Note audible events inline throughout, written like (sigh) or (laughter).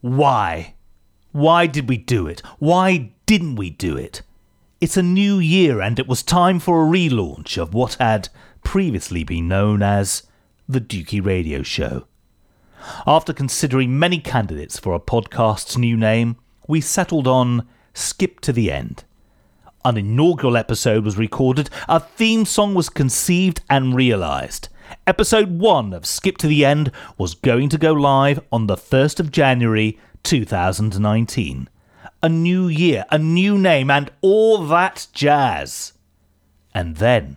Why? Why did we do it? Why didn't we do it? It's a new year and it was time for a relaunch of what had previously been known as the Dookie Radio Show. After considering many candidates for a podcast's new name, we settled on Skip to the End. An inaugural episode was recorded, a theme song was conceived and realised. Episode 1 of Skip to the End was going to go live on the 1st of January 2019. A new year, a new name, and all that jazz. And then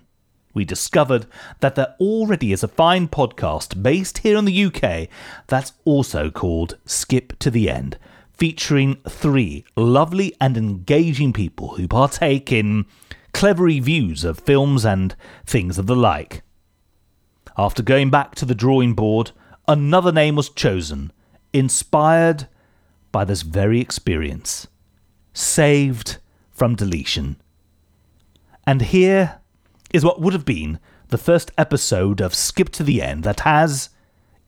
we discovered that there already is a fine podcast based here in the UK that's also called Skip to the End, featuring three lovely and engaging people who partake in clever reviews of films and things of the like. After going back to the drawing board, another name was chosen, inspired by this very experience. Saved from deletion. And here is what would have been the first episode of Skip to the End that has,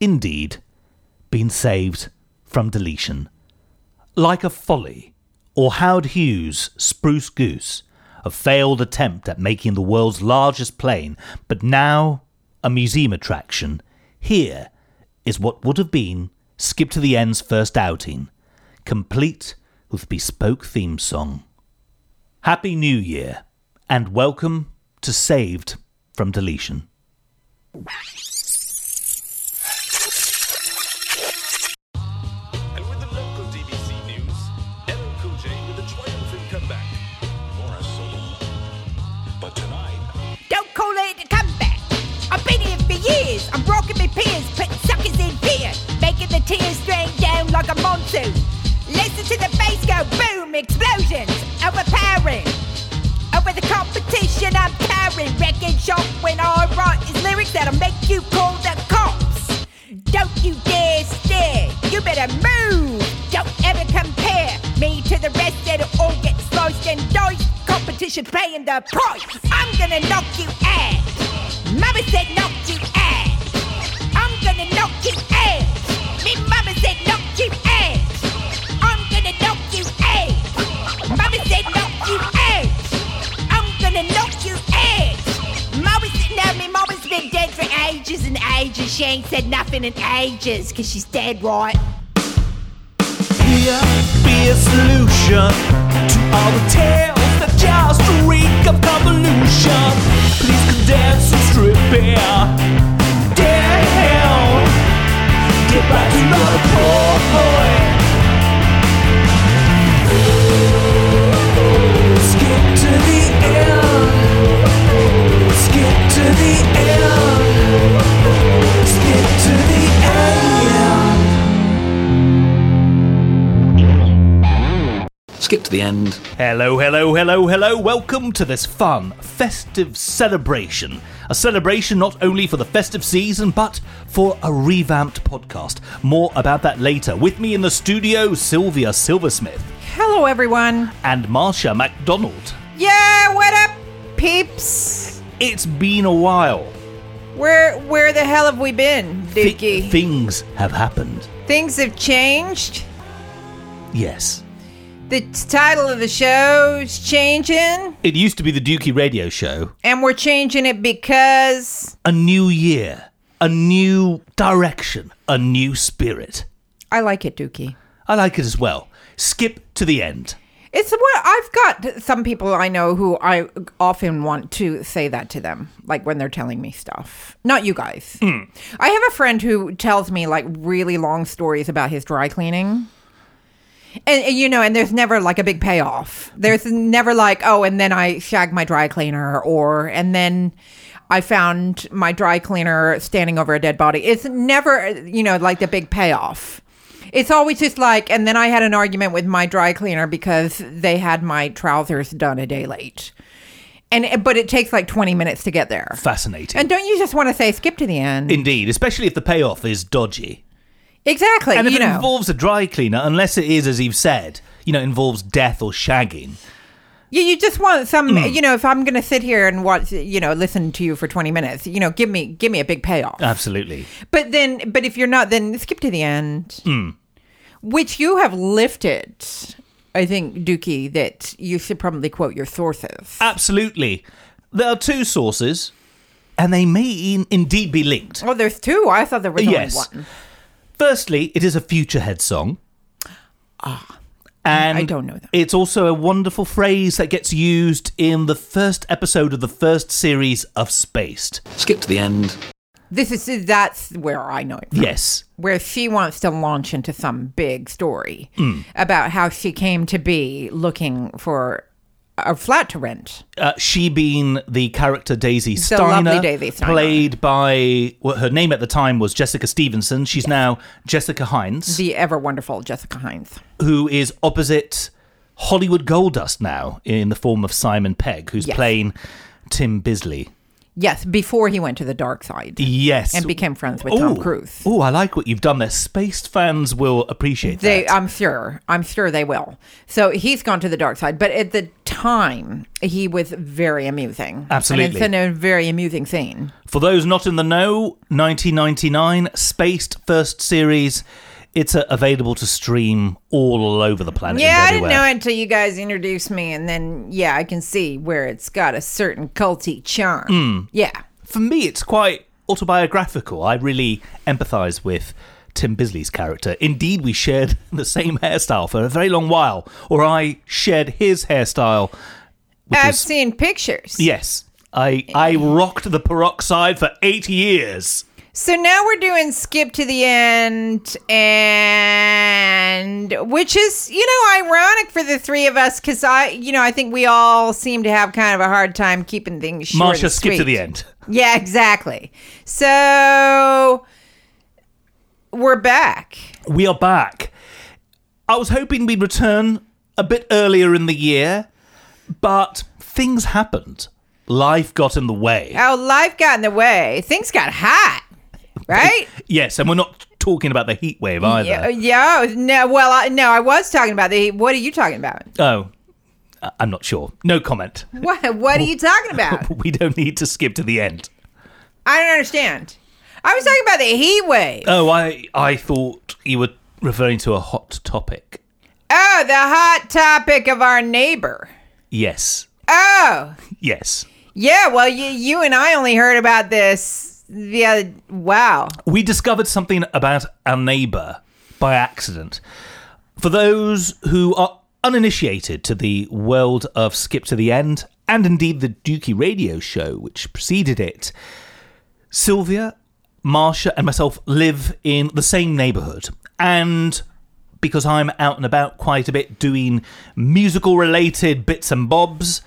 indeed, been saved from deletion. Like a Folly or Howard Hughes' Spruce Goose, a failed attempt at making the world's largest plane, but now a museum attraction, here is what would have been Skip to the End's first outing, complete with bespoke theme song. Happy New Year, and welcome to Saved from Deletion. And with the local DBC news, LL Cool J with a triumphant comeback. More as solo. But tonight, Don't call it a comeback. I've been here for years. I'm rocking my peers, putting suckers in fear, making the tears drain down like a monsoon. Listen to the bass go boom, explosions, overpowering. Over the competition, I'm towering. Wrecking shop when I write these lyrics that'll make you call the cops. Don't you dare stare, you better move. Don't ever compare me to the rest, it'll all get sliced and diced. Competition paying the price. I'm gonna knock you out. Mama said knock you out. I'm gonna knock you out. Me mama said knock you out. I'm gonna knock you out. Mama said knock you out. I'm gonna knock you out. Mama said no, me mama's been dead for ages and ages. She ain't said nothing in ages, cause she's dead right. Here be a solution to all the tales that just reek of convolution. Please condense and strip it down. Get back to the boy. Skip to the end. Skip to the end. Skip to the end. Skip to the end. Hello, hello, hello, hello. Welcome to this fun, festive celebration. A celebration not only for the festive season, but for a revamped podcast. More about that later. With me in the studio, Sylvia Silversmith Hello, everyone. and Marcia MacDonald. Yeah, what up, peeps? It's been a while. Where where the hell have we been, Thi- Dookie? things have happened. Things have changed. Yes. The t- title of the show's changing, It used to be the Dookie Radio Show. and we're changing it because A new year, a new direction, a new spirit. I like it, Dookie. I like it as well. Skip to the end. It's what I've got. Some people I know who I often want to say that to them, like when they're telling me stuff. Not you guys. I have a friend who tells me like really long stories about his dry cleaning. And, and, you know, and there's never like a big payoff. There's never like, oh, and then I shagged my dry cleaner, or and then I found my dry cleaner standing over a dead body. It's never, you know, like the big payoff. It's always just like, and then I had an argument with my dry cleaner because they had my trousers done a day late, and but it takes like 20 minutes to get there. Fascinating. And don't you just want to say skip to the end? Indeed, especially if the payoff is dodgy. exactly. And if you it know. involves a dry cleaner, unless it is, as you've said, you know, involves death or shagging. Yeah, you just want some. Mm. You know, if I'm going to sit here and watch, you know, listen to you for 20 minutes, you know, give me give me a big payoff. Absolutely. Mm. but then, but if you're not, then skip to the end. Which you have lifted, I think, Dookie, that you should probably quote your sources. Absolutely. There are two sources, and they may in- indeed be linked. oh, there's two. I thought there was Yes. only one. Firstly, it is a Futurehead song. Ah. And I don't know them. It's also a wonderful phrase that gets used in the first episode of the first series of Spaced. Skip to the end. This is that's where I know it. from. Yes. Where she wants to launch into some big story Mm. about how she came to be looking for a flat to rent. Uh, she being the character Daisy Steiner, lovely Daisy Steiner. played by well, her name at the time was Jessica Stevenson. She's now Jessica Hines, The ever wonderful Jessica Hines. who is opposite Hollywood Goldust now in the form of Simon Pegg, who's Yes. playing Tim Bisley. Yes, before he went to the dark side. Yes, And became friends with Tom Cruise. Oh, I like what you've done there. Spaced fans will appreciate They, that. I'm sure, I'm sure they will. So he's gone to the dark side, but at the time he was very amusing. and Absolutely. it's in a very amusing scene. For those not in the know, 1999 Spaced first series. It's uh, available to stream all over the planet. and Yeah, I didn't everywhere. know it until you guys introduced me, and then yeah, I can see where it's got a certain culty charm. Mm. Yeah, for me, it's quite autobiographical. I really empathise with Tim Bisley's character. Indeed, we shared (laughs) the same hairstyle for a very long while, or I shared his hairstyle. Which I've is- seen pictures. yes, I I rocked the peroxide for eight years. So now we're doing skip to the end, and which is, you know, ironic for the three of us because I, you know, I think we all seem to have kind of a hard time keeping things short. Marsha, and skip to sweet. the end. Yeah, exactly. So we're back. We are back. I was hoping we'd return a bit earlier in the year, but things happened. Life got in the way. Oh, life got in the way. Things got (laughs) hot, right? Yes, and we're not talking about the heat wave either. Yeah, yeah. No, well, I, no, I was talking about the. What are you talking about? Oh, I- I'm not sure. No comment. What? What are you talking about? (laughs) We don't need to skip to the end. I don't understand. I was talking about the heat wave. Oh, I I thought you were referring to a hot topic. Oh, the hot topic of our neighbor. Yes, Oh, yes. yeah. Well, you, you and I only heard about this the other. Wow. We discovered something about our neighbour by accident. For those who are uninitiated to the world of Skip to the End, and indeed the Dookie radio show which preceded it, Sylvia, Marcia, and myself live in the same neighbourhood. And because I'm out and about quite a bit doing musical related bits and bobs,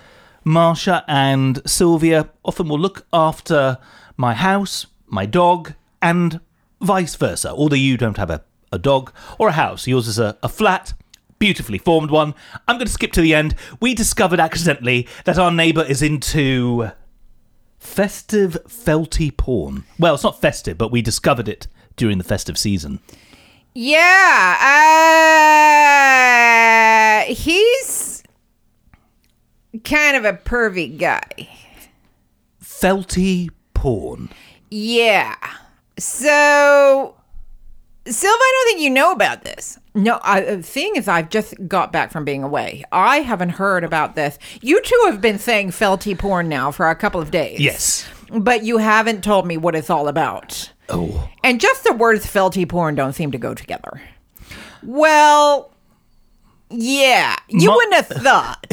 Marcia and Sylvia often will look after my house, my dog, and vice versa. Although you don't have a, a dog or a house, yours is a, a flat. Beautifully formed one. I'm going to skip to the end. We discovered accidentally that our neighbour is into festive felty porn. Well, it's not festive, but we discovered it during the festive season. Yeah. Uh, he's kind of a pervy guy. Felty porn. Yeah. So, Silva, I don't think you know about this. No, I, the thing is, I've just got back from being away. I haven't heard about this. You two have been saying felty porn now for a couple of days. Yes. But you haven't told me what it's all about. Oh. And just the words felty porn don't seem to go together. Well, yeah. You Mo- wouldn't have thought.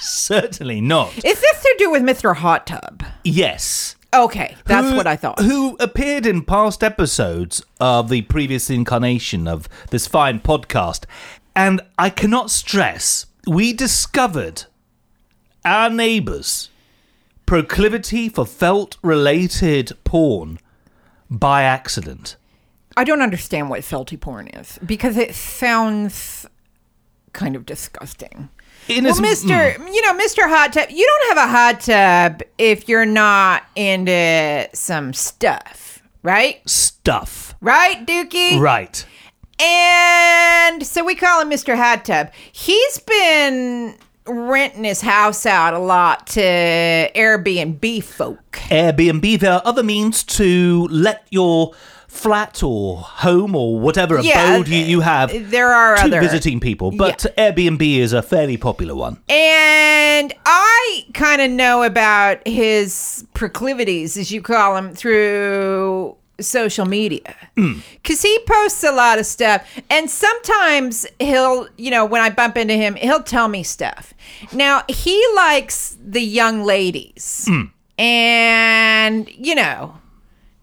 Certainly not. is this to do with Mr. Hot Tub? Yes. Okay, that's Who- what I thought. Who appeared in past episodes of the previous incarnation of this fine podcast. And I cannot stress, we discovered our neighbours' proclivity for felt related porn by accident. I don't understand what felty porn is because it sounds kind of disgusting. In mm, Well, as- Mister, you know, Mister Hot Tub, you don't have a hot tub if you're not into some stuff, right? stuff. Right, Dookie? Right. And so we call him Mr. Hot Tub. He's been renting his house out a lot to Airbnb folk. Airbnb, there are other means to let your flat or home or whatever Yeah, uh, abode you, you have there are to other- visiting people, but Airbnb is a fairly popular one. Eh. And I kind of know about his proclivities, as you call them, through social media. Because he posts a lot of stuff. And sometimes he'll, you know, when I bump into him, he'll tell me stuff. Now, he likes the young ladies. And, you know,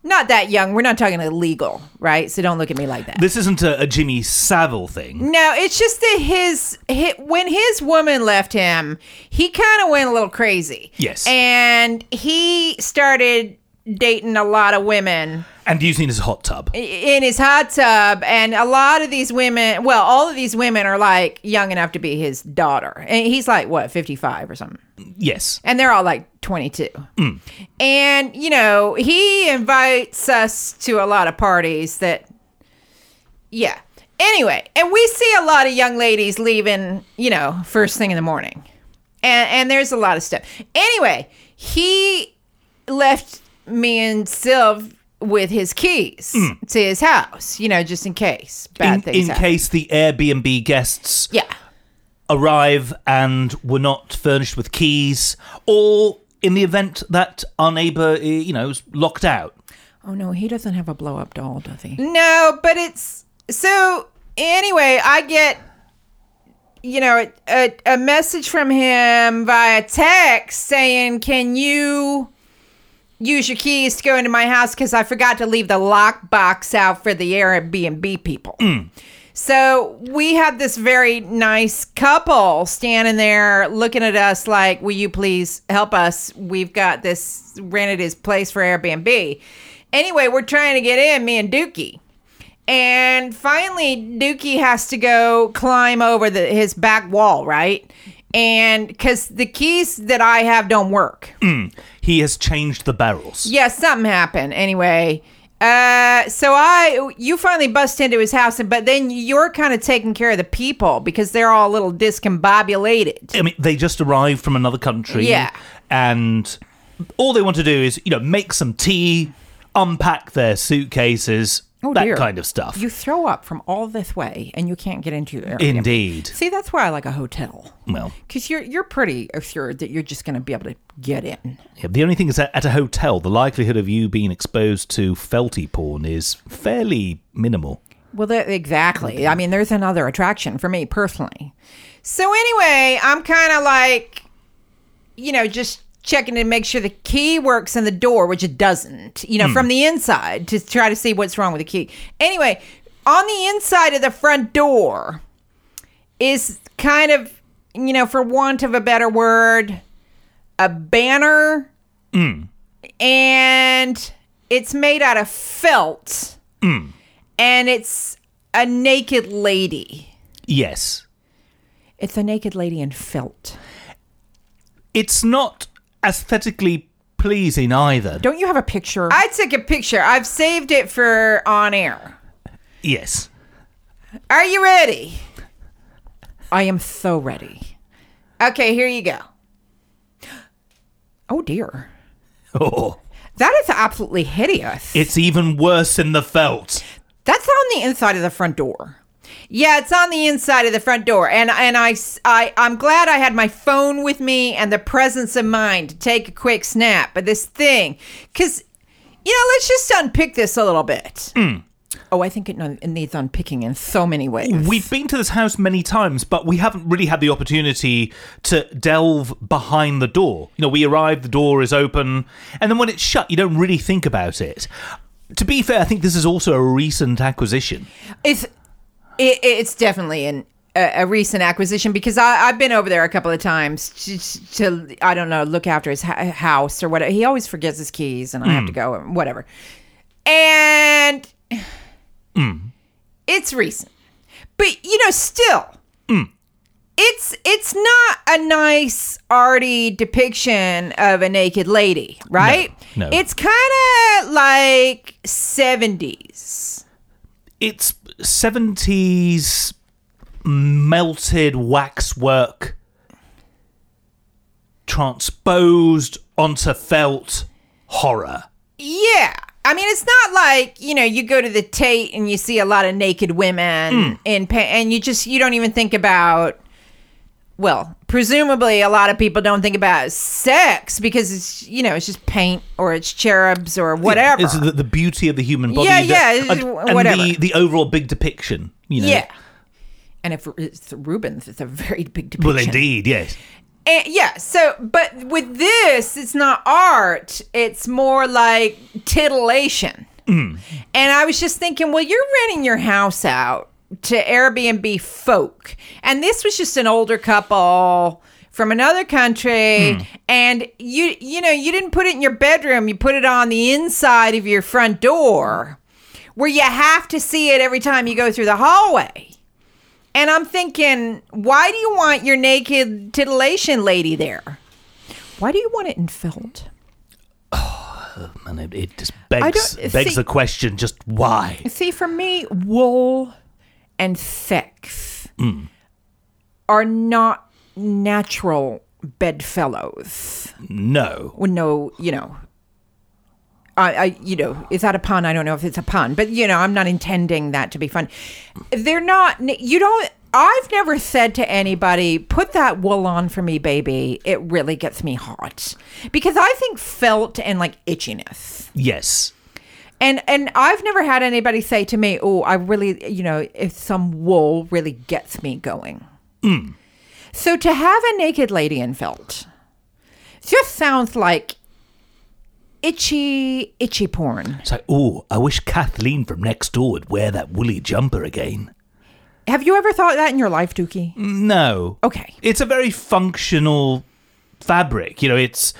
not that young. We're not talking illegal, right? So don't look at me like that. This isn't a, a Jimmy Savile thing. No, it's just that his, hi when his woman left him, he kind of went a little crazy. Yes. and he started dating a lot of women And using his hot tub. i- in his hot tub, and a lot of these women, well, all of these women are like young enough to be his daughter, and he's like what fifty five or something Yes. and they're all like 22. Mm. And you know, he invites us to a lot of parties that yeah. Anyway, and we see a lot of young ladies leaving, you know, first thing in the morning. And and there's a lot of stuff. Anyway, he left me and Sylv with his keys to his house, you know, just in case bad Mm. In, things in happen. case the Airbnb guests yeah. arrive and were not furnished with keys, or in the event that our neighbour, eh, you know, is locked out. Oh no, he doesn't have a blow up doll, does he? No, but it's so anyway, I get you know a, a message from him via text saying, "Can you use your keys to go into my house cuz I forgot to leave the lockbox out for the Airbnb people." So we had this very nice couple standing there looking at us like, Will you please help us? We've got this rented his place for Airbnb. Anyway, we're trying to get in, me and Dookie. And finally, Dookie has to go climb over the, his back wall, right? And because the keys that I have don't work. He has changed the barrels. Yeah, something happened. Anyway, uh, so I you finally bust into his house, and but then you're kind of taking care of the people because they're all a little discombobulated. I mean, they just arrived from another country. Yeah. And all they want to do is, you know, make some tea, unpack their suitcases, Oh, that dear. kind of stuff. You throw up from all this way and you can't get into your area. (laughs) Indeed. See, that's why I like a hotel. Well, Because you're you're pretty assured that you're just going to be able to get in. yeah, the only thing is that at a hotel, the likelihood of you being exposed to felty porn is fairly minimal. Well, that, exactly. I mean, there's another attraction for me personally. So anyway, I'm kind of like, you know, just checking to make sure the key works in the door, which it doesn't. You know, from the inside to try to see what's wrong with the key. Anyway, on the inside of the front door is kind of, you know, for want of a better word, a banner, and it's made out of felt, and it's a naked lady. Yes. It's a naked lady in felt. It's not aesthetically pleasing either. Don't you have a picture? I took a picture. I've saved it for on air. Yes. (laughs) Are you ready? I am so ready. Okay, here you go. Oh dear, Oh, that is absolutely hideous. it's even worse than the felt. That's on the inside of the front door. Yeah, it's on the inside of the front door, and and I s- I am glad I had my phone with me and the presence of mind to take a quick snap of this thing, because you know let's just unpick this a little bit. Oh, I think it, it needs unpicking in so many ways. We've been to this house many times, but we haven't really had the opportunity to delve behind the door. You know, we arrive, the door is open, and then when it's shut, you don't really think about it. To be fair, I think this is also a recent acquisition. It's it, it's definitely an a, a recent acquisition because I, I've been over there a couple of times to, to I don't know look after his ha- house or whatever. He always forgets his keys, and I Mm. have to go and whatever. And Mm. it's recent, but you know, still, Mm. it's it's not a nice arty depiction of a naked lady, right? no. It's kind of like seventies. It's 70s melted waxwork transposed onto felt horror. Yeah. I mean, it's not like you know you go to the Tate and you see a lot of naked women Hmm. in pa- and you just you don't even think about. Well, presumably, a lot of people don't think about sex because it's you know it's just paint or it's cherubs or whatever. It's the, the beauty of the human body. Yeah, that- yeah, it's and, w- and whatever. the the overall big depiction. You know. yeah. And if it's Rubens, it's a very big depiction. Well, indeed, yes. And- yeah. So, but with this, it's not art. It's more like titillation. And I was just thinking, well, you're renting your house out to Airbnb folk. And this was just an older couple from another country and you you know, you didn't put it in your bedroom, you put it on the inside of your front door where you have to see it every time you go through the hallway. And I'm thinking, why do you want your naked titillation lady there? Why do you want it in felt? And it, it just begs don't- begs see- the question: just why? See, for me, wool and sex are not natural bedfellows. No. Well, no, you know. I, I, you know, is that a pun? I don't know if it's a pun, but you know, I'm not intending that to be fun. They're not. You don't. I've never said to anybody, "Put that wool on for me, baby. It really gets me hot," because I think felt and like itchiness. Yes. And and I've never had anybody say to me, "Oh, I really, you know, if some wool really gets me going." Mm. So to have a naked lady in felt just sounds like itchy itchy porn. It's like, oh, I wish Kathleen from next door would wear that woolly jumper again. Have you ever thought that in your life, Dookie? Mm. No. Okay. It's a very functional fabric. You know, it's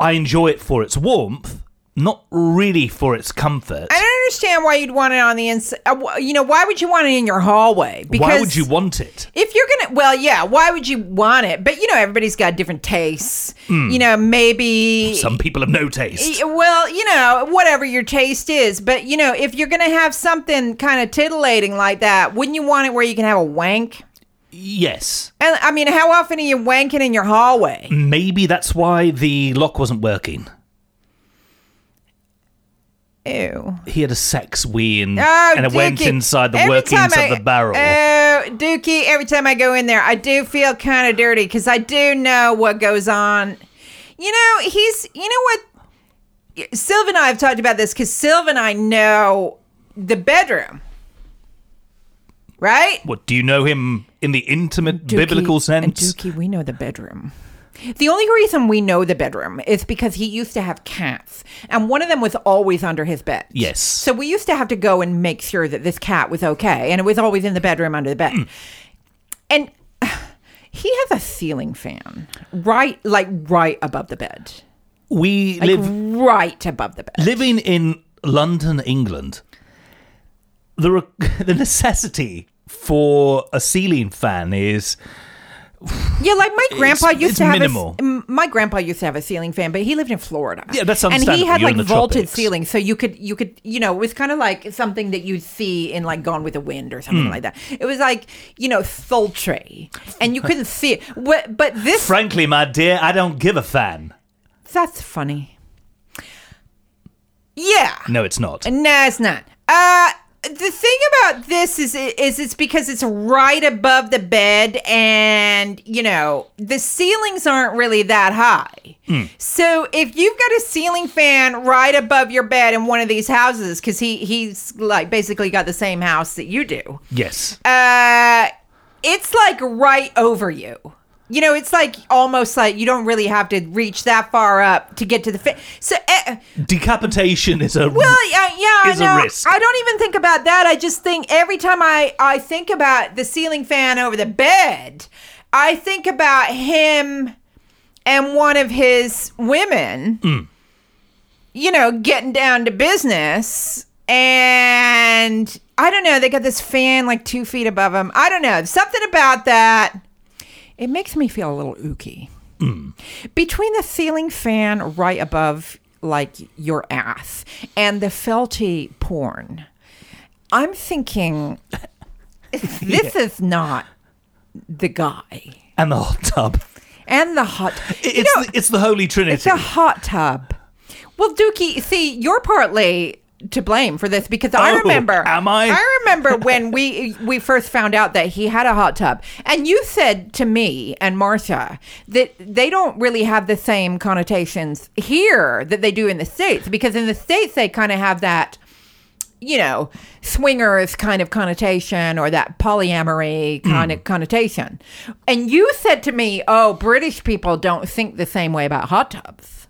I enjoy it for its warmth, not really for its comfort. I don't understand why you'd want it on the inside. You know, why would you want it in your hallway? Why would you want it? if you're gonna well yeah why would you want it but you know everybody's got different tastes you know maybe Mm. Some people have no taste. Y- Well, you know, whatever your taste is, but you know, if you're going to have something kind of titillating like that, wouldn't you want it where you can have a wank? Yes. And I mean, how often are you wanking in your hallway? Maybe that's why the lock wasn't working. Ew. He had a sex wean Oh, and it went Dookie. inside the Every workings time I- of the barrel. Oh, Dookie, every time I go in there, I do feel kind of dirty because I do know what goes on. You know, he's, you know what? Sylvan and I have talked about this because Sylvan and I know the bedroom, right? what do you know him in the intimate biblical And sense? Dookie, we know the bedroom. The only reason we know the bedroom is because he used to have cats, and one of them was always under his bed. Yes. So we used to have to go and make sure that this cat was okay, and it was always in the bedroom under the bed. Hmm. And (sighs) he has a ceiling fan right, like right above the bed, We like live right above the bed. living in London, England, the re- (laughs) the necessity for a ceiling fan is Yeah, like my grandpa It's- used it's to have minimal. A, m- my grandpa used to have a ceiling fan, but he lived in Florida. Yeah, that's And he understandable. had You're in like the vaulted tropics. ceilings, so you could you could you know it was kind of like something that you'd see in like Gone with the Wind or Hmm. something like that. It was like you know sultry, and you couldn't see it. What, but this frankly, my dear, I don't give a fan. that's funny. Yeah. No, it's not. No, it's not. Uh, the thing about this is, is it's because it's right above the bed, and you know the ceilings aren't really that high. So if you've got a ceiling fan right above your bed in one of these houses, because he he's like basically got the same house that you do, yes, uh, it's like right over you. You know, it's like almost like you don't really have to reach that far up to get to the fit. So. Uh, decapitation is a well, yeah, yeah, is a I know. risk. I don't even think about that. I just think every time I I think about the ceiling fan over the bed, I think about him and one of his women. Mm. You know, getting down to business, and I don't know. They got this fan like two feet above him. I don't know. Something about that. It makes me feel a little ooky between the ceiling fan right above like your ass and the felty porn i'm thinking this is not the guy and the hot tub. and the hot It's you know, the, it's the holy trinity. it's a hot tub Well, Dookie, see, you're partly to blame for this because I Oh, remember. am I? I remember when we we first found out that he had a hot tub, and you said to me and Marcia that they don't really have the same connotations here that they do in the states because in the states they kind of have that. You know, swingers kind of connotation or that polyamory kind of connotation. And you said to me, Oh, British people don't think the same way about hot tubs.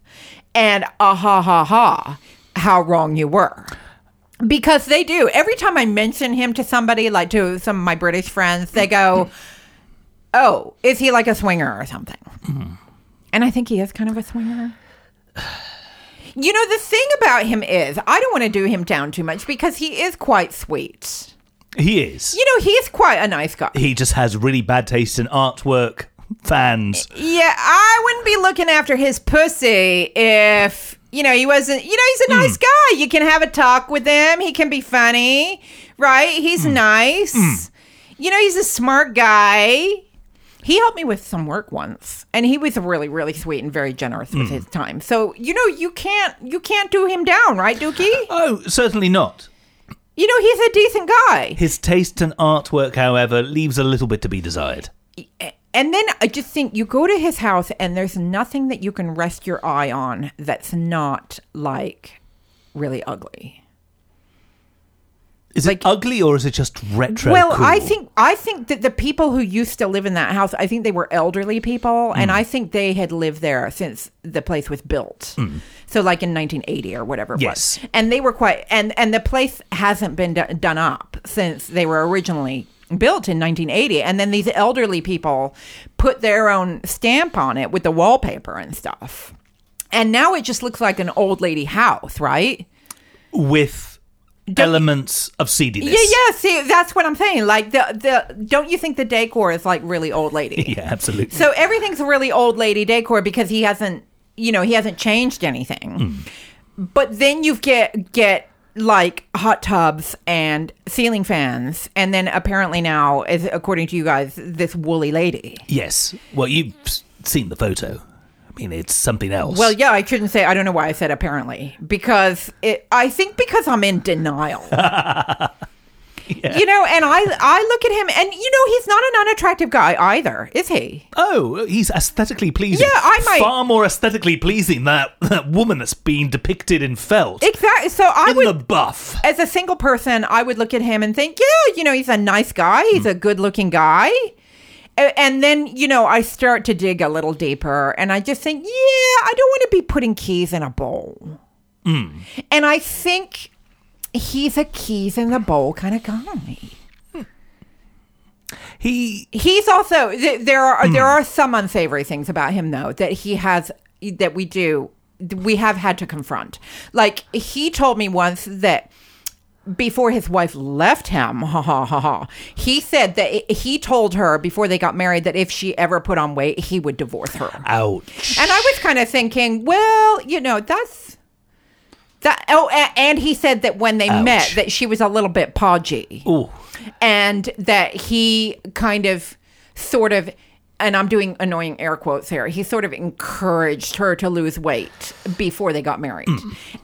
And ah ha ha ha, how wrong you were. Because they do. Every time I mention him to somebody, like to some of my British friends, they go, Oh, is he like a swinger or something? And I think he is kind of a swinger. You know, the thing about him is, I don't want to do him down too much because he is quite sweet. He is. You know, he's quite a nice guy. He just has really bad taste in artwork, fans. Yeah, I wouldn't be looking after his pussy if you know he wasn't. You know, he's a nice guy. You can have a talk with him. He can be funny, right? He's nice. You know, he's a smart guy. He helped me with some work once, and he was really, really sweet and very generous with his time. So you know, you can't you can't do him down, right, (laughs) Dookie? Oh, certainly not. You know, he's a decent guy. His taste in artwork, however, leaves a little bit to be desired. And then I just think you go to his house and there's nothing that you can rest your eye on that's not like really ugly. Is it ugly or is it just retro? well, cool? I think I think that the people who used to live in that house, I think they were elderly people Mm. and I think they had lived there since the place was built. So like in 1980 or whatever it Mm. Yes. was. And they were quite and and the place hasn't been do- done up since they were originally built in 1980 and then these elderly people put their own stamp on it with the wallpaper and stuff. And now it just looks like an old lady house, right? with elements of seediness. Yeah, yeah. See, that's what I'm saying. Like the the don't you think the decor is like really old (laughs) lady? (laughs) Yeah, absolutely. So everything's really old lady decor because he hasn't, you know, he hasn't changed anything. But then you get get like hot tubs and ceiling fans, and then apparently now, is according to you guys, this woolly lady. yes. Well, you've s- seen the photo. I mean, it's something else. Well, yeah, I shouldn't say. I don't know why I said apparently because it. I think because I'm in denial. You know, and I I look at him, and you know, he's not an unattractive guy either, is he? Oh, he's aesthetically pleasing. Yeah, I might- Far more aesthetically pleasing than that, (laughs) that woman that's been depicted in felt. Exactly. So I in would, the buff. as a single person, I would look at him and think, yeah, you know, he's a nice guy. He's a good looking guy. A- And then, you know, I start to dig a little deeper and I just think, yeah, I don't want to be putting keys in a bowl. And I think he's a keys in the bowl kind of guy. He. He's also, th- there are, there are some unsavory things about him though, that he has, that we do, we have had to confront. Like he told me once that before his wife left him, (laughs) ha ha ha ha, he said that i he told her before they got married that if she ever put on weight, he would divorce her. Ouch. And I was kind of thinking, well, you know, that's that. Oh, a- and he said that when they Ouch. met, that she was a little bit podgy, Ooh. and that he kind of, sort of. And I'm doing annoying air quotes here. He sort of encouraged her to lose weight before they got married.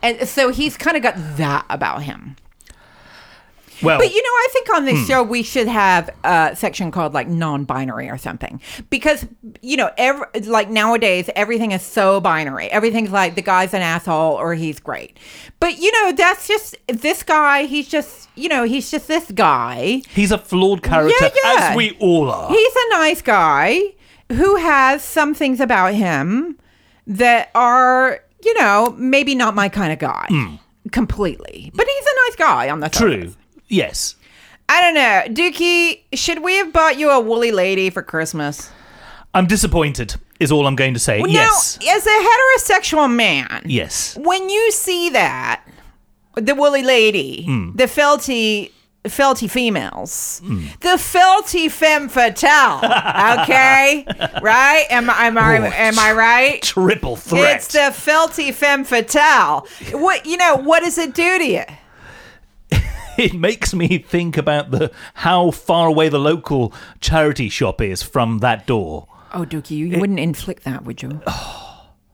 And so he's kind of got that about him. Well, But you know, I think on this show we should have a section called like non-binary or something because you know, ev- like nowadays everything is so binary. Everything's like the guy's an asshole or he's great. But you know, that's just this guy. He's just you know, he's just this guy. he's a flawed character, Yeah, yeah. as we all are. He's a nice guy who has some things about him that are you know maybe not my kind of guy completely. But he's a nice guy on the surface. Hmm. True. Yes. I don't know. Dookie, should we have bought you a woolly lady for Christmas? I'm disappointed, is all I'm going to say. yes. Now, as a heterosexual man, Yes. when you see that, the woolly lady, the felty felty females, the felty femme fatale, okay? right? Am, I- am, I, Oh, am I right? Triple threat. It's the felty femme fatale. What, you know, what does it do to you? (laughs) it makes me think about the how far away the local charity shop is from that door. Oh, Dookie, you wouldn't inflict that, would you? No,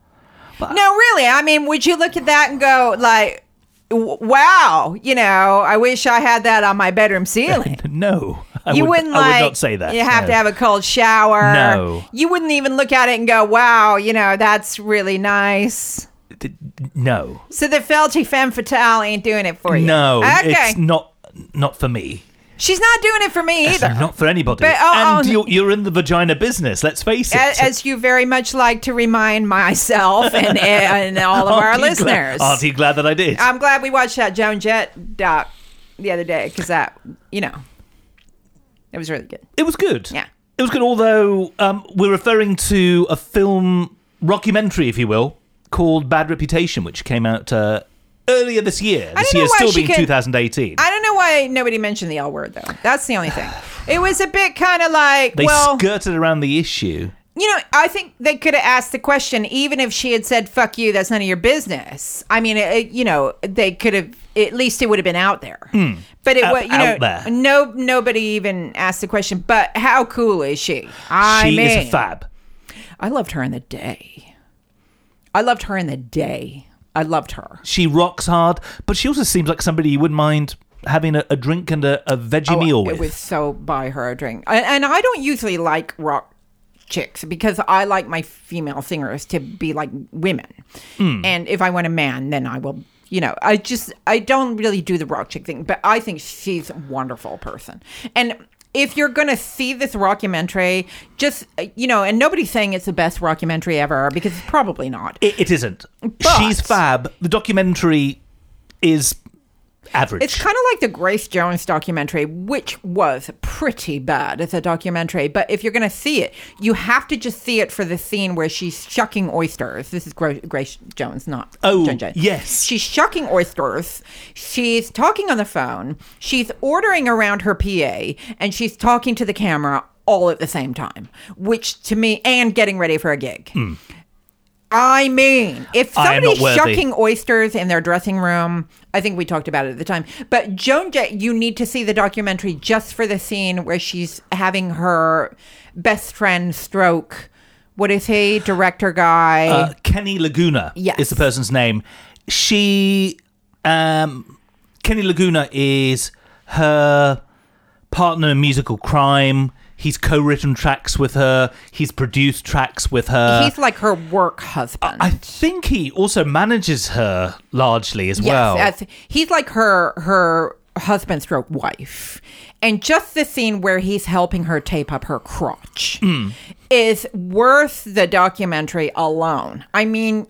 really. I mean, would you look at that and go like, w- "Wow, you know, I wish I had that on my bedroom ceiling." No, I you would, wouldn't I like. would not say that. You have no. to have a cold shower. No. You wouldn't even look at it and go, "Wow, you know, that's really nice." D- no, So the felty femme fatale ain't doing it for you. no. Okay. It's not not for me. She's not doing it for me either. Not for anybody. But- oh, and oh, you're, you're in the vagina business. Let's face it. A- As you very much like to (laughs) remind myself and, eh, and all of our Aren't you glad- listeners. aren't you glad that I did? I'm glad we watched that Joan Jett doc the other day because that, you know, it was really good. It was good. Yeah. It was good, although um, we're referring to a film rockumentary, if you will, called Bad Reputation, which came out uh, earlier this year. This don't know year why still she being could- 2018. I don't know why nobody mentioned the L word though. That's the only thing. It was a bit kind of like, they well, skirted around the issue. you know, I think they could have asked the question even if she had said "fuck you," that's none of your business. I mean, it, it- you know, they could have at least it would have been out there. But it Up- was, you know, Hmm. out there. no, nobody even asked the question. But how cool is she? I she mean, is a fab. I loved her in the day. I loved her in the day. I loved her. She rocks hard, but she also seems like somebody you wouldn't mind having a, a drink and a, a veggie meal with. Oh, It was so buy her a drink. And, and I don't usually like rock chicks because I like my female singers to be like women. And if I want a man, then I will, you know, I just, I don't really do the rock chick thing, but I think she's a wonderful person. And if you're going to see this rockumentary, just, uh, you know, and nobody's saying it's the best rockumentary ever because it's probably not. It, it isn't. But- She's fab. The documentary is average. It's kind of like the Grace Jones documentary, which was pretty bad as a documentary. But if you're going to see it, you have to just see it for the scene where she's shucking oysters. This is Gra- Grace Jones, not Oh, Joan Jett. yes. She's shucking oysters. She's talking on the phone. She's ordering around her PA, and she's talking to the camera all at the same time, which to me, and getting ready for a gig. I mean, if Hmm. I am not somebody's worthy. shucking oysters in their dressing room, I think we talked about it at the time. But Joan Jett, you need to see the documentary just for the scene where she's having her best friend stroke. What is he? Director guy. Uh, Kenny Laguna Yes. is the person's name. She, um, Kenny Laguna is her partner in musical crime. He's co-written tracks with her. He's produced tracks with her. He's like her work husband. uh, I think he also manages her largely as Yes, well. as- he's like her her husband stroke wife, and just the scene where he's helping her tape up her crotch Mm. is worth the documentary alone. I mean,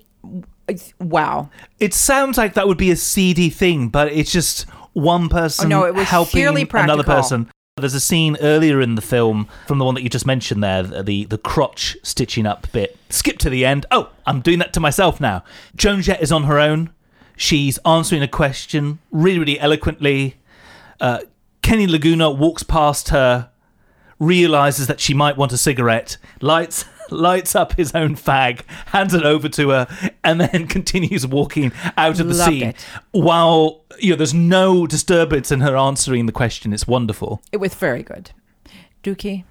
it's- wow. it sounds like that would be a seedy thing, but it's just one person Oh, no, it was helping purely another practical. person. There's a scene earlier in the film from the one that you just mentioned there, the, the, the crotch stitching up bit. Skip to the end. Oh, I'm doing that to myself now. Joan Jett is on her own. She's answering a question really, really eloquently. Uh, Kenny Laguna walks past her, realizes that she might want a cigarette, lights (laughs) lights up his own fag, hands it over to her, and then (laughs) continues walking out of the Loved scene. it. While you know, there's no disturbance in her answering the question. It's wonderful. It was very good. Dookie.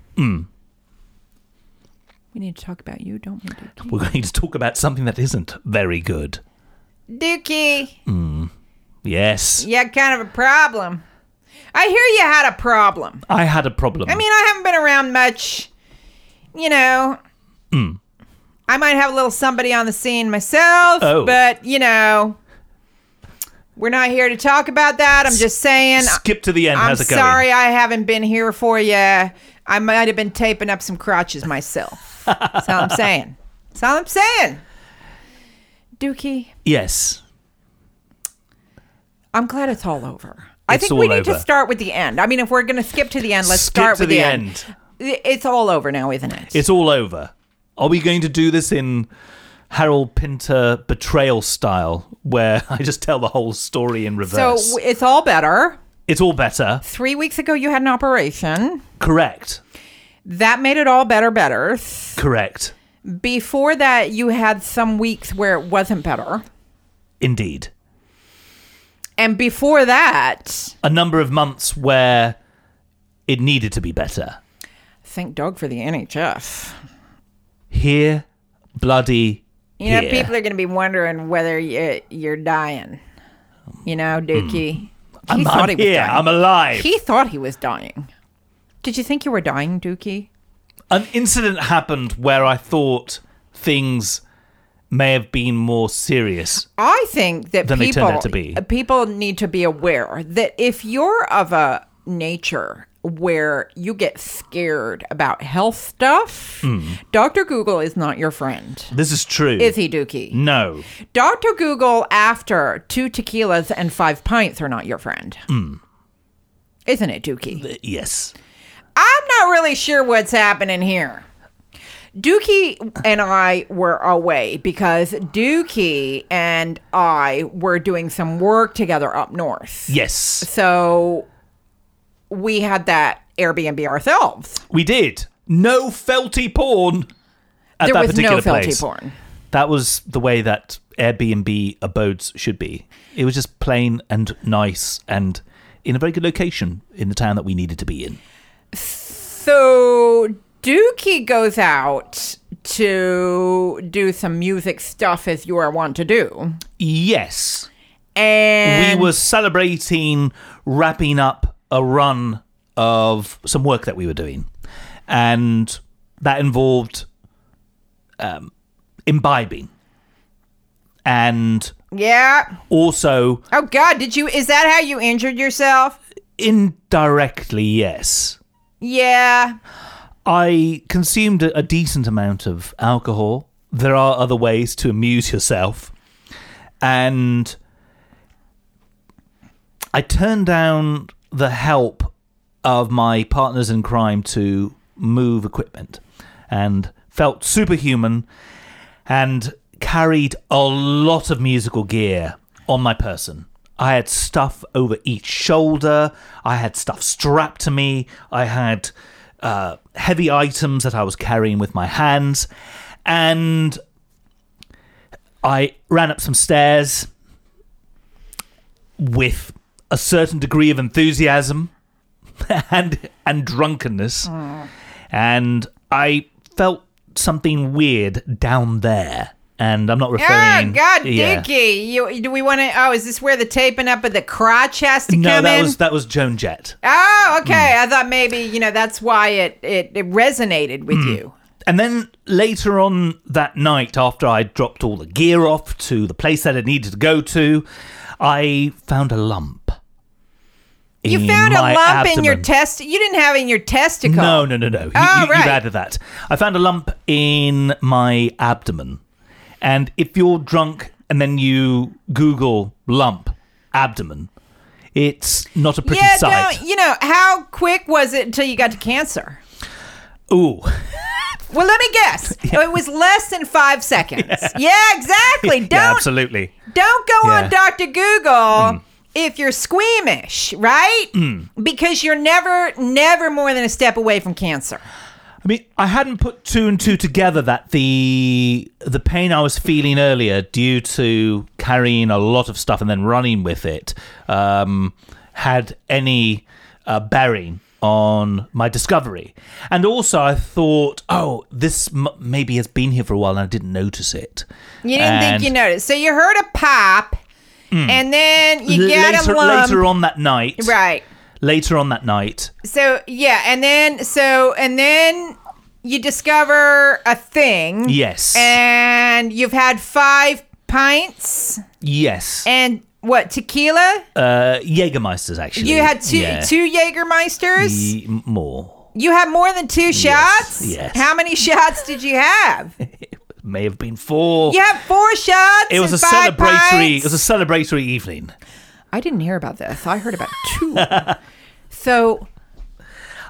We need to talk about you, don't we, Dookie? We're going to talk about something that isn't very good. Dookie, Yes, you had kind of a problem. I hear you had a problem. I had a problem. I mean, I haven't been around much. You know, I might have a little somebody on the scene myself, Oh. but you know, we're not here to talk about that. I'm just saying. skip to the end. I'm How's it going? sorry I haven't been here for you. I might have been taping up some crotches myself. That's (laughs) all I'm saying. That's all I'm saying. Dookie. Yes. I'm glad it's all over. I It's think we all need over. to start with the end. I mean, if we're going to skip to the end, let's Skip start to with the the end. I- It's all over now, isn't it? It's all over. Are we going to do this in Harold Pinter betrayal style, where (laughs) I just tell the whole story in so reverse? w- it's all better. it's all better. Three weeks ago, you had an operation. Correct. That made it all better, better. Correct. Before that, you had some weeks where it wasn't better. Indeed. And before that, A number of months where it needed to be better. thank dog for the NHS. Here bloody You know, here. people are going to be wondering whether you, you're dying. You know, Dookie. Hmm. I'm, he thought I'm he was here. dying. I'm alive. He thought he was dying. Did you think you were dying, Dookie? An incident happened where I thought things may have been more serious. I think that Than they people uh, turned out to be. people need to be aware that if you're of a nature where you get scared about health stuff, Hmm. Dr. Google is not your friend. This is true. Is he Hmm. Dookie? No. Dr. Google after two tequilas and five pints are not your friend. Hmm. Isn't it, Dookie? Uh, Yes. I'm not really sure what's happening here. Dookie and I were away because Dookie and I were doing some work together up north. Yes. So we had that Airbnb ourselves. We did. No felty porn at there that was particular no felty place. porn. That was the way that Airbnb abodes should be. It was just plain and nice and in a very good location in the town that we needed to be in. So Dookie goes out to do some music stuff as you are wont to do. Yes. And we were celebrating wrapping up a run of some work that we were doing, and that involved um, imbibing, and Yeah. also Oh God, did you is that how you injured yourself? indirectly, yes, Yeah. I consumed a, a decent amount of alcohol. There are other ways to amuse yourself, and I turned down the help of my partners in crime to move equipment and felt superhuman and carried a lot of musical gear on my person. I had stuff over each shoulder, I had stuff strapped to me, I had uh, heavy items that I was carrying with my hands, and I ran up some stairs with a certain degree of enthusiasm (laughs) and and drunkenness and I felt something weird down there and I'm not Ah, referring God, yeah. Dookie. You do we want to? Oh, is this where the taping up of the crotch has to No, come that in? was Mm. that was Joan Jett. oh, okay. I thought maybe you know that's why it it, it resonated Mm. with you. And then later on that night, after I dropped all the gear off to the place that it needed to go to, I found a lump. You in found a my lump in your abdomen. test. You didn't have it in your testicle. No, no, no, no. You, Oh, you- you've right. added that. I found a lump in my abdomen. And if you're drunk and then you Google lump abdomen, it's not a pretty Yeah, sight. don't you know how quick was it until you got to cancer? Ooh, Well, let me (laughs) guess. It was less than five seconds. Yeah, exactly. Don't yeah, absolutely. Don't go Yeah. Mm. on Dr. Google if you're squeamish, right? Because you're never, never more than a step away from cancer. I mean, I hadn't put two and two together that the the pain I was feeling earlier, due to carrying a lot of stuff and then running with it, um, had any uh, bearing on my discovery. And also, I thought, oh, this m- maybe has been here for a while, and I didn't notice it. You didn't think And Mm. you noticed. So you heard a pop, and then you get later, a lump. later on that night, Right. Later on that night, So, yeah. And then, so, and then you discover a thing. yes, And you've had five pints yes, and what, tequila? uh, Jägermeisters actually. you had two, Yeah. two Jägermeisters? Y- more. You had more than two shots? yes. How many shots did you have? may have been four. You had (laughs) four shots. It was a and five celebratory. pints? It was a celebratory evening. I didn't hear about this. I heard about (laughs) two. so,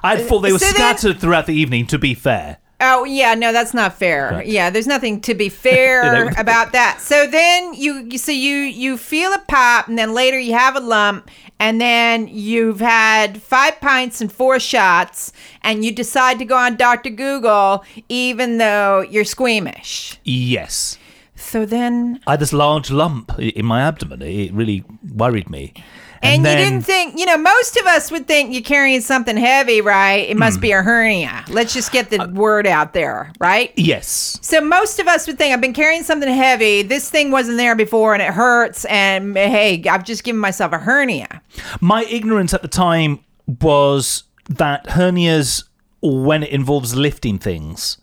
I thought they were Uh, so then- scattered throughout the evening. To be fair, oh yeah, no, that's not fair. Yeah, there's nothing to be fair You know. about that. So then you, you- so you you feel a pop, and then later you have a lump, and then you've had five pints and four shots, and you decide to go on Doctor Google, even though you're squeamish. yes, So then I had this large lump i- in my abdomen. It really worried me, And, then, you didn't think, you know, most of us would think you're carrying something heavy, right? It must be a hernia. Let's just get the word out there, right? Yes. So most of us would think I've been carrying something heavy. This thing wasn't there before, and it hurts. And hey, I've just given myself a hernia. My ignorance at the time was that hernias, when it involves lifting things,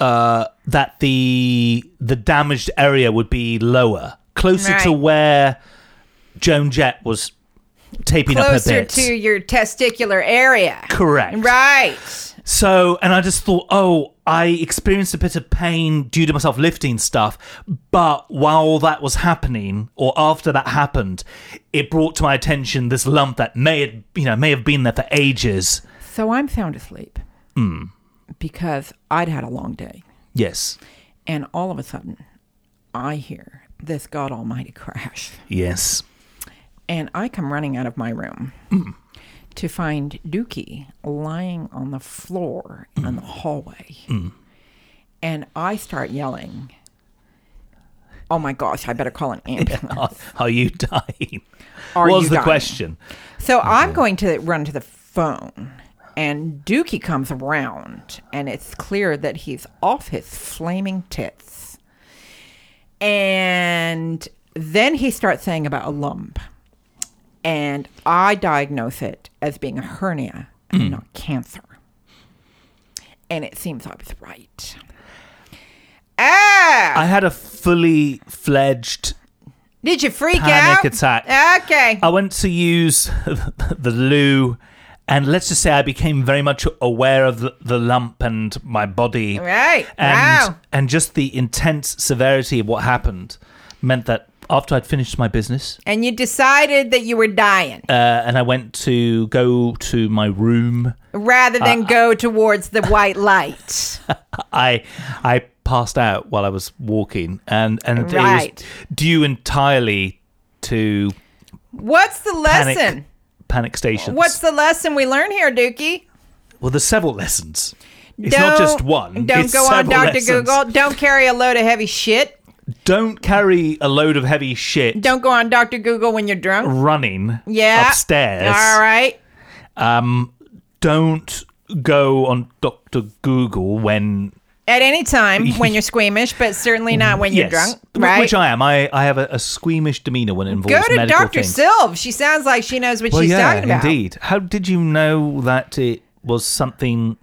uh, that the the damaged area would be lower, closer to Right. where Joan Jett was taping up her Closer bits. to your testicular area. Correct. Right. So, and I just thought, oh, I experienced a bit of pain due to myself lifting stuff. But while that was happening, or after that happened, it brought to my attention this lump that may, have, you know, may have been there for ages. So I'm sound asleep because I'd had a long day. Yes, And all of a sudden, I hear this God Almighty crash. yes, (laughs) And I come running out of my room to find Dookie lying on the floor in the hallway. And I start yelling, Oh my gosh, I better call an ambulance. Are, are you dying? Are was you the dying? question? So I'm going to run to the phone, and Dookie comes around, and it's clear that he's off his flaming tits. And then he starts saying about a lump, and I diagnose it as being a hernia and Hmm. not cancer. And it seems I was right. Ah! I had a fully fledged. Did you freak Panic out? attack. Oh, Okay. I went to use (laughs) the loo, and let's just say I became very much aware of the, the lump and my body. Right. and wow. and just the intense severity of what happened meant that after I'd finished my business And you decided that you were dying uh, and I went to go to my room, rather Uh, than go towards the white (laughs) light. I I passed out while I was walking, and and it Right. was due entirely to What's the panic lesson? panic stations. What's the lesson we learn here, Dookie? well, there's several lessons. It's not just one. Don't it's go on several Dr. lessons. Google. Don't carry a load of heavy shit. Don't carry a load of heavy shit Don't go on Dr. Google when you're drunk. running Yeah. upstairs. All right. don't go on Dr. Google when At any (laughs) time when you're squeamish, but certainly not when you're yes, drunk. wh- Right. which I am. I, I have a, a squeamish demeanor when it go involves to medical Dr. things. Silv. She sounds like she knows what well, she's yeah, talking about. indeed. How did you know that it was something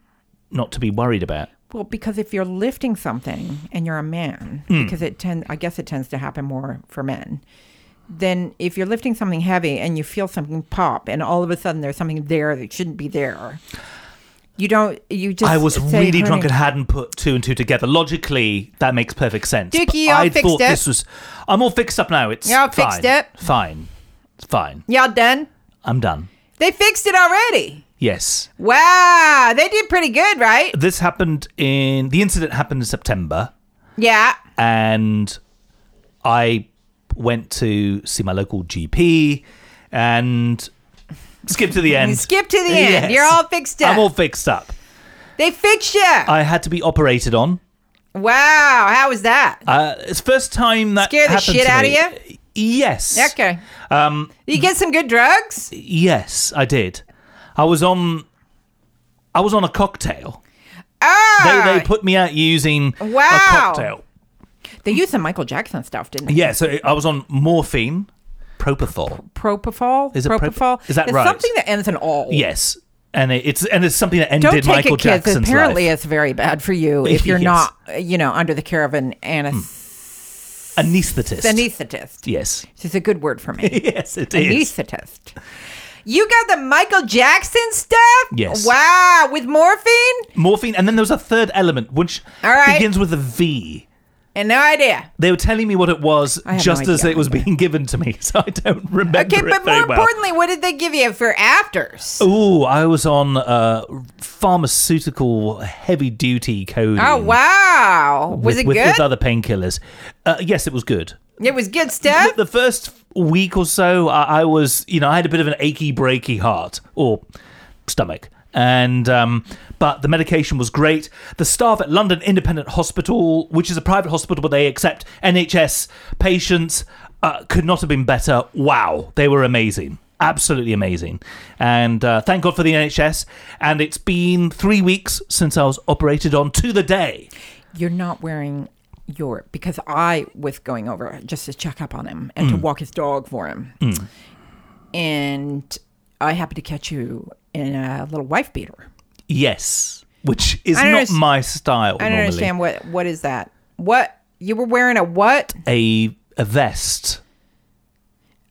not to be worried about? Well, because if you're lifting something and you're a man, Hmm. because it tends, I guess it tends to happen more for men, then if you're lifting something heavy and you feel something pop and all of a sudden there's something there that shouldn't be there, you don't, you just. I was say, really "Honey, drunk and hadn't put two and two together. Logically, that makes perfect sense. Dookie, but you all I fixed thought up? this was. I'm all fixed up now. It's You all fine. fixed up? Fine, It's fine. Y'all done? I'm done. They fixed it already. Yes, Wow. They did pretty good, right? this happened in the incident happened in September. Yeah. and I went to see my local GP and skip (laughs) to the end. Skip to the end. Yes. You're all fixed up. I'm all fixed up. they fixed you. I had to be operated on. wow. How was that? Uh, it's first time that Scare the happened shit to out me. of Yes. okay. Um, you get some good drugs? Yes, I did. I was on. I was on a cocktail. They, Oh, they put me out using Wow. a cocktail. They used some Michael Jackson stuff, didn't they? Yeah, so it- I was on morphine, propofol. Propofol? Is it prop- propofol? is that It's right? Something that ends in all. Yes, and it, it's and it's something that ended Don't take Michael it, kids. Jackson's Apparently, life. it's very bad for you if you're Yes. Hmm. not, uh, you know, under the care of an anesthetist. Anesthetist. Anesthetist. (laughs) yes. Which is a good word for me. Yes, (laughs) it is. anesthetist. You got the Michael Jackson stuff? Yes. Wow. With morphine? Morphine, and then there was a third element which All right. begins with a V. And no idea. They were telling me what it was have no just as idea it was being given to me, (laughs) so I don't remember Okay, it but very more well. importantly, what did they give you for afters? Ooh, I was on uh, pharmaceutical heavy duty coding. Oh, wow. Was with, it with, good? With other painkillers. Uh, yes, it was good. it was good stuff? The first week or so, I, I was, you know, I had a bit of an achy, breaky heart or stomach. And, um, but the medication was great. The staff at London Independent Hospital, which is a private hospital, but they accept NHS patients, uh, could not have been better. Wow, they were amazing. Absolutely amazing. And uh, thank God for the NHS. And it's been three weeks since I was operated on to the day. You're not wearing your because I was going over just to check up on him and Mm. to walk his dog for him, and I happened to catch you in a little wife beater. Yes, which is I don't not underst- my style I don't normally. understand what what is that? What you were wearing a what? A, a vest.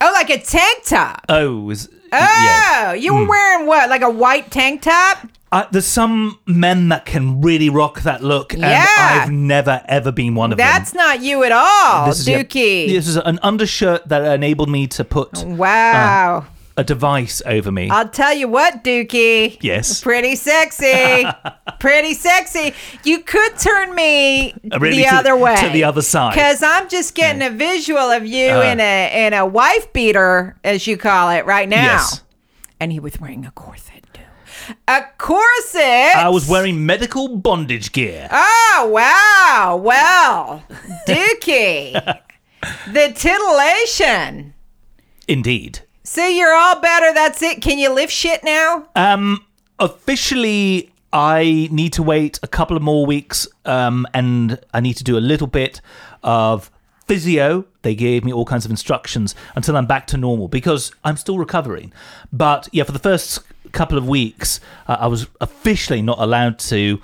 Oh, like a tank top. Oh, is. yeah. Mm. Oh, you were wearing what? Like a white tank top? Uh, there's some men that can really rock that look, and Yeah. I've never ever been one of That's them. not you at all, Dookie. Oh. Yeah, this is an undershirt that enabled me to put Wow. a device over me. I'll tell you what, Dookie. Yes. (laughs) Pretty sexy. Pretty sexy. You could turn me Uh, Really the to- other way. to the other side. Because I'm just getting a visual of you Uh. in a in a wife beater, as you call it, right now. Yes. And he was wearing a corset too. A corset. I was wearing medical bondage gear. Oh wow. Well, Dookie. (laughs) the titillation. Indeed. See, you're all better. That's it. Can you lift shit now? Officially, I need to wait a couple of more weeks um, and I need to do a little bit of physio. They gave me all kinds of instructions until I'm back to normal because I'm still recovering. But yeah, for the first couple of weeks, uh, I was officially not allowed to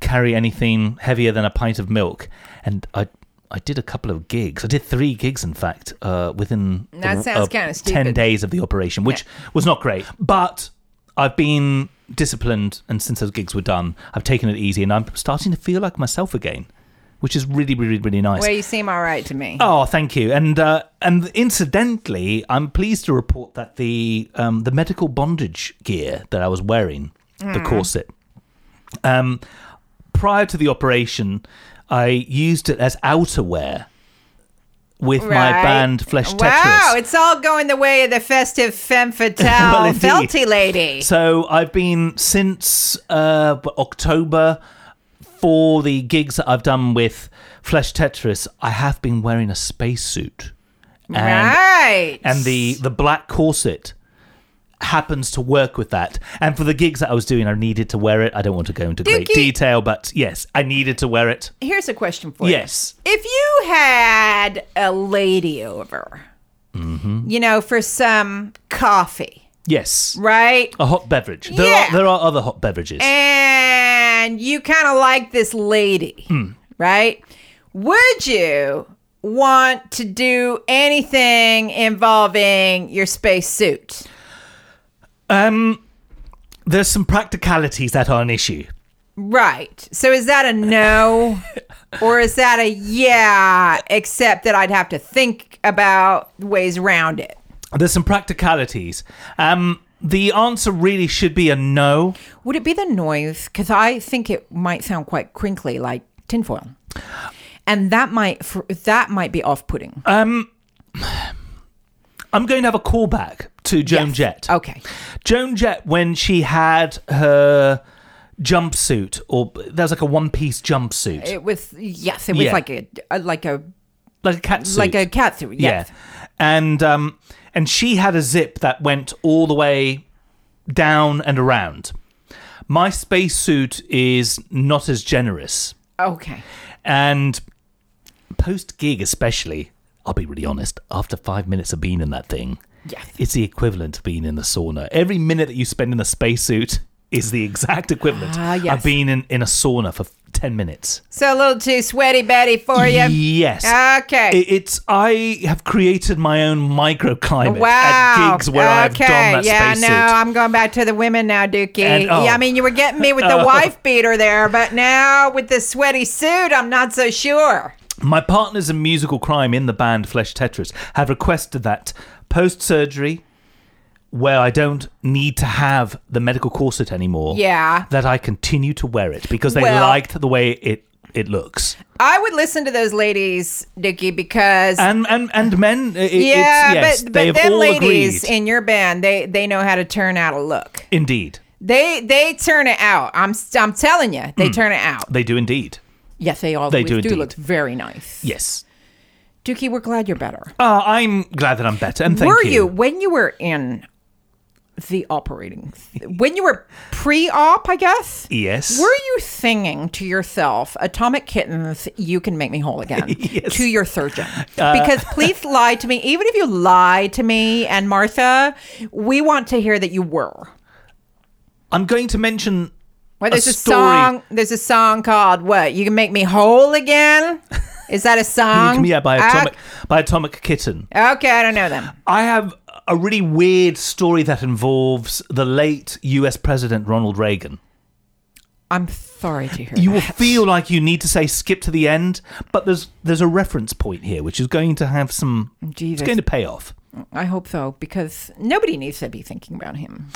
carry anything heavier than a pint of milk. And I. I did a couple of gigs. I did three gigs, in fact, uh, within the- That uh, sounds kinda ten stupid. days of the operation, which was not great. But I've been disciplined, and since those gigs were done, I've taken it easy, and I'm starting to feel like myself again, which is really, really, really nice. Well, you seem all right to me. Oh, thank you. And uh, and incidentally, I'm pleased to report that the um, the medical bondage gear that I was wearing, Mm. the corset, um, prior to the operation, I used it as outerwear with my Right. band Flesh Tetris. Wow, it's all going the way of the festive femme Well, fatale indeed. felty lady. So I've been since uh, October for the gigs that I've done with Flesh Tetris. I have been wearing a spacesuit, and right. and the the black corset happens to work with that. And for the gigs that I was doing, I needed to wear it. I don't want to go into great Dookie. detail, but yes, I needed to wear it. Here's a question for Yes, you. If you had a lady over, Mm-hmm. you know, for some coffee, yes, right? a hot beverage. There Yeah. Eh. are there are other hot beverages. And you kind of like this lady, Hmm. right? Would you want to do anything involving your spacesuit? There's some practicalities that are an issue. Right. So is that (laughs) a no or is that a yeah, except that I'd have to think about ways around it? There's some practicalities. Um, the answer really should be a no. Would it be the noise? Because I think it might sound quite crinkly, like tinfoil. And that might fr- that might be off-putting. Uh, I'm going to have a callback to Joan Jett. Okay. Joan Jett, when she had her jumpsuit, or there's like a one piece jumpsuit, It was yes, it was Yeah. like a, a like a like a cat suit. like a cat suit. yeah. Yes. And, um, and she had a zip that went all the way down and around. My spacesuit is not as generous. Okay. And post gig, especially, I'll be really honest, after five minutes of being in that thing, Yes. it's the equivalent of being in the sauna. Every minute that you spend in a spacesuit is the exact equivalent Ah, yes. of being in, in a sauna for 10 minutes. So a little too sweaty Betty for you. Ah. Yes. Okay. It- it's I have created my own microclimate Wow. at gigs where I've okay. done that yeah, spacesuit. no, I'm going back to the women now, Dookie. And- oh. Yeah, I mean, you were getting me with the (laughs) Oh. wife beater there, but now with the sweaty suit, I'm not so sure. My partners in musical crime in the band Flesh Tetris have requested that post surgery, where I don't need to have the medical corset anymore, Yeah. that I continue to wear it because they Well- liked the way it it looks. I would listen to those ladies, Dookie, because. And and and men, i- i- yeah, it's, yes, but, they but have them all ladies agreed. in your band, they they know how to turn out a look. indeed, They they turn it out. I'm s- I'm telling you, they turn it out. they Hmm. do indeed. Yes, they all They do do look indeed. very nice. Yes, Dookie, we're glad you're better. Uh, I'm glad that I'm better, and thank were you. you. when you were in the operating when you were pre-op, I guess? Yes. Were you singing to yourself Atomic Kittens, You Can Make Me Whole Again (laughs) Yes. Uh, to your surgeon? because (laughs) please lie to me. Even if you lie to me and Martha, we want to hear that you were. I'm going to mention. Well, there's a a, story. song. There's a song called "What You Can Make Me Whole Again." Is that (laughs) a You song? Can- Yeah, by Ah, Atomic, by Atomic Kitten. okay, I don't know them. I have a really weird story that involves the late US President Ronald Reagan. I'm sorry to hear. You that. will feel like you need to say skip to the end, but there's there's a reference point here which is going to have some Jesus. it's going to pay off. I hope so because nobody needs to be thinking about him.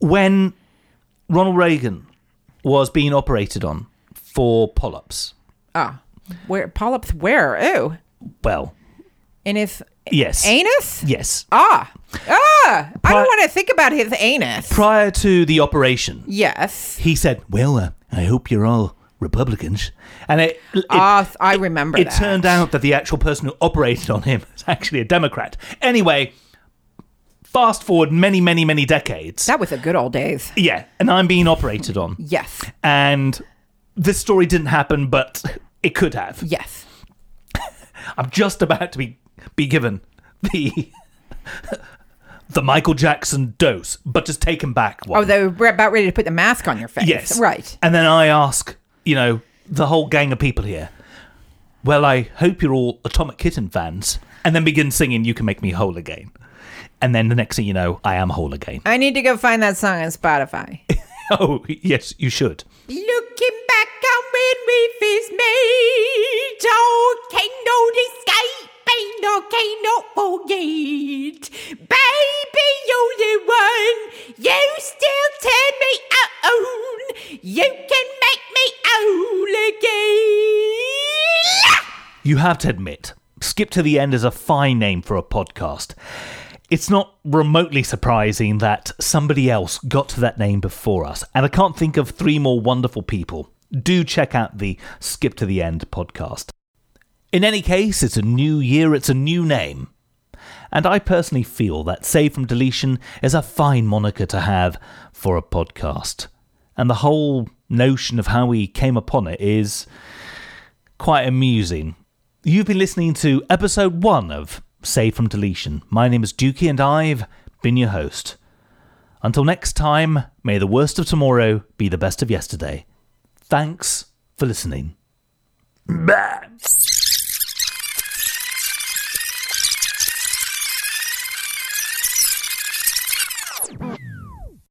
When Ronald Reagan was being operated on for polyps. Ah, where polyps? Where? Ew, Well, in his yes. anus? Yes. Ah, ah! I Pri- don't want to think about his anus. Prior to the operation, yes. he said, "Well, uh, I hope you're all Republicans." And it, it Ah, I remember. It that. turned out that the actual person who operated on him was actually a Democrat. Anyway, fast forward many, many, many decades. that was the good old days. yeah, and I'm being operated on. Yes. And this story didn't happen, but it could have. Yes. I'm just about to be, be given the (laughs) the Michael Jackson dose, but just taken back one. Oh, they were about ready to put the mask on your face. Yes. Right. And then I ask, you know, the whole gang of people here, well, I hope you're all Atomic Kitten fans, and then begin singing You Can Make Me Whole Again. And then the next thing you know, I am whole again. (laughs) I need to go find that song on Spotify. Oh, yes, you should. Looking back on when we first met, oh, can no escape, ain't no can no forget. Baby, you're the one, you still turn me on, you can make me whole again. You have to admit, Skip to the End is a fine name for a podcast. It's not remotely surprising that somebody else got to that name before us, and I can't think of three more wonderful people. Do check out the Skip to the End podcast. In any case, it's a new year, it's a new name. And I personally feel that Save from Deletion is a fine moniker to have for a podcast. And the whole notion of how we came upon it is quite amusing. You've been listening to episode one of Save from Deletion. My name is Dookie and I've been your host. Until next time, may the worst of tomorrow be the best of yesterday. Thanks for listening. Bye.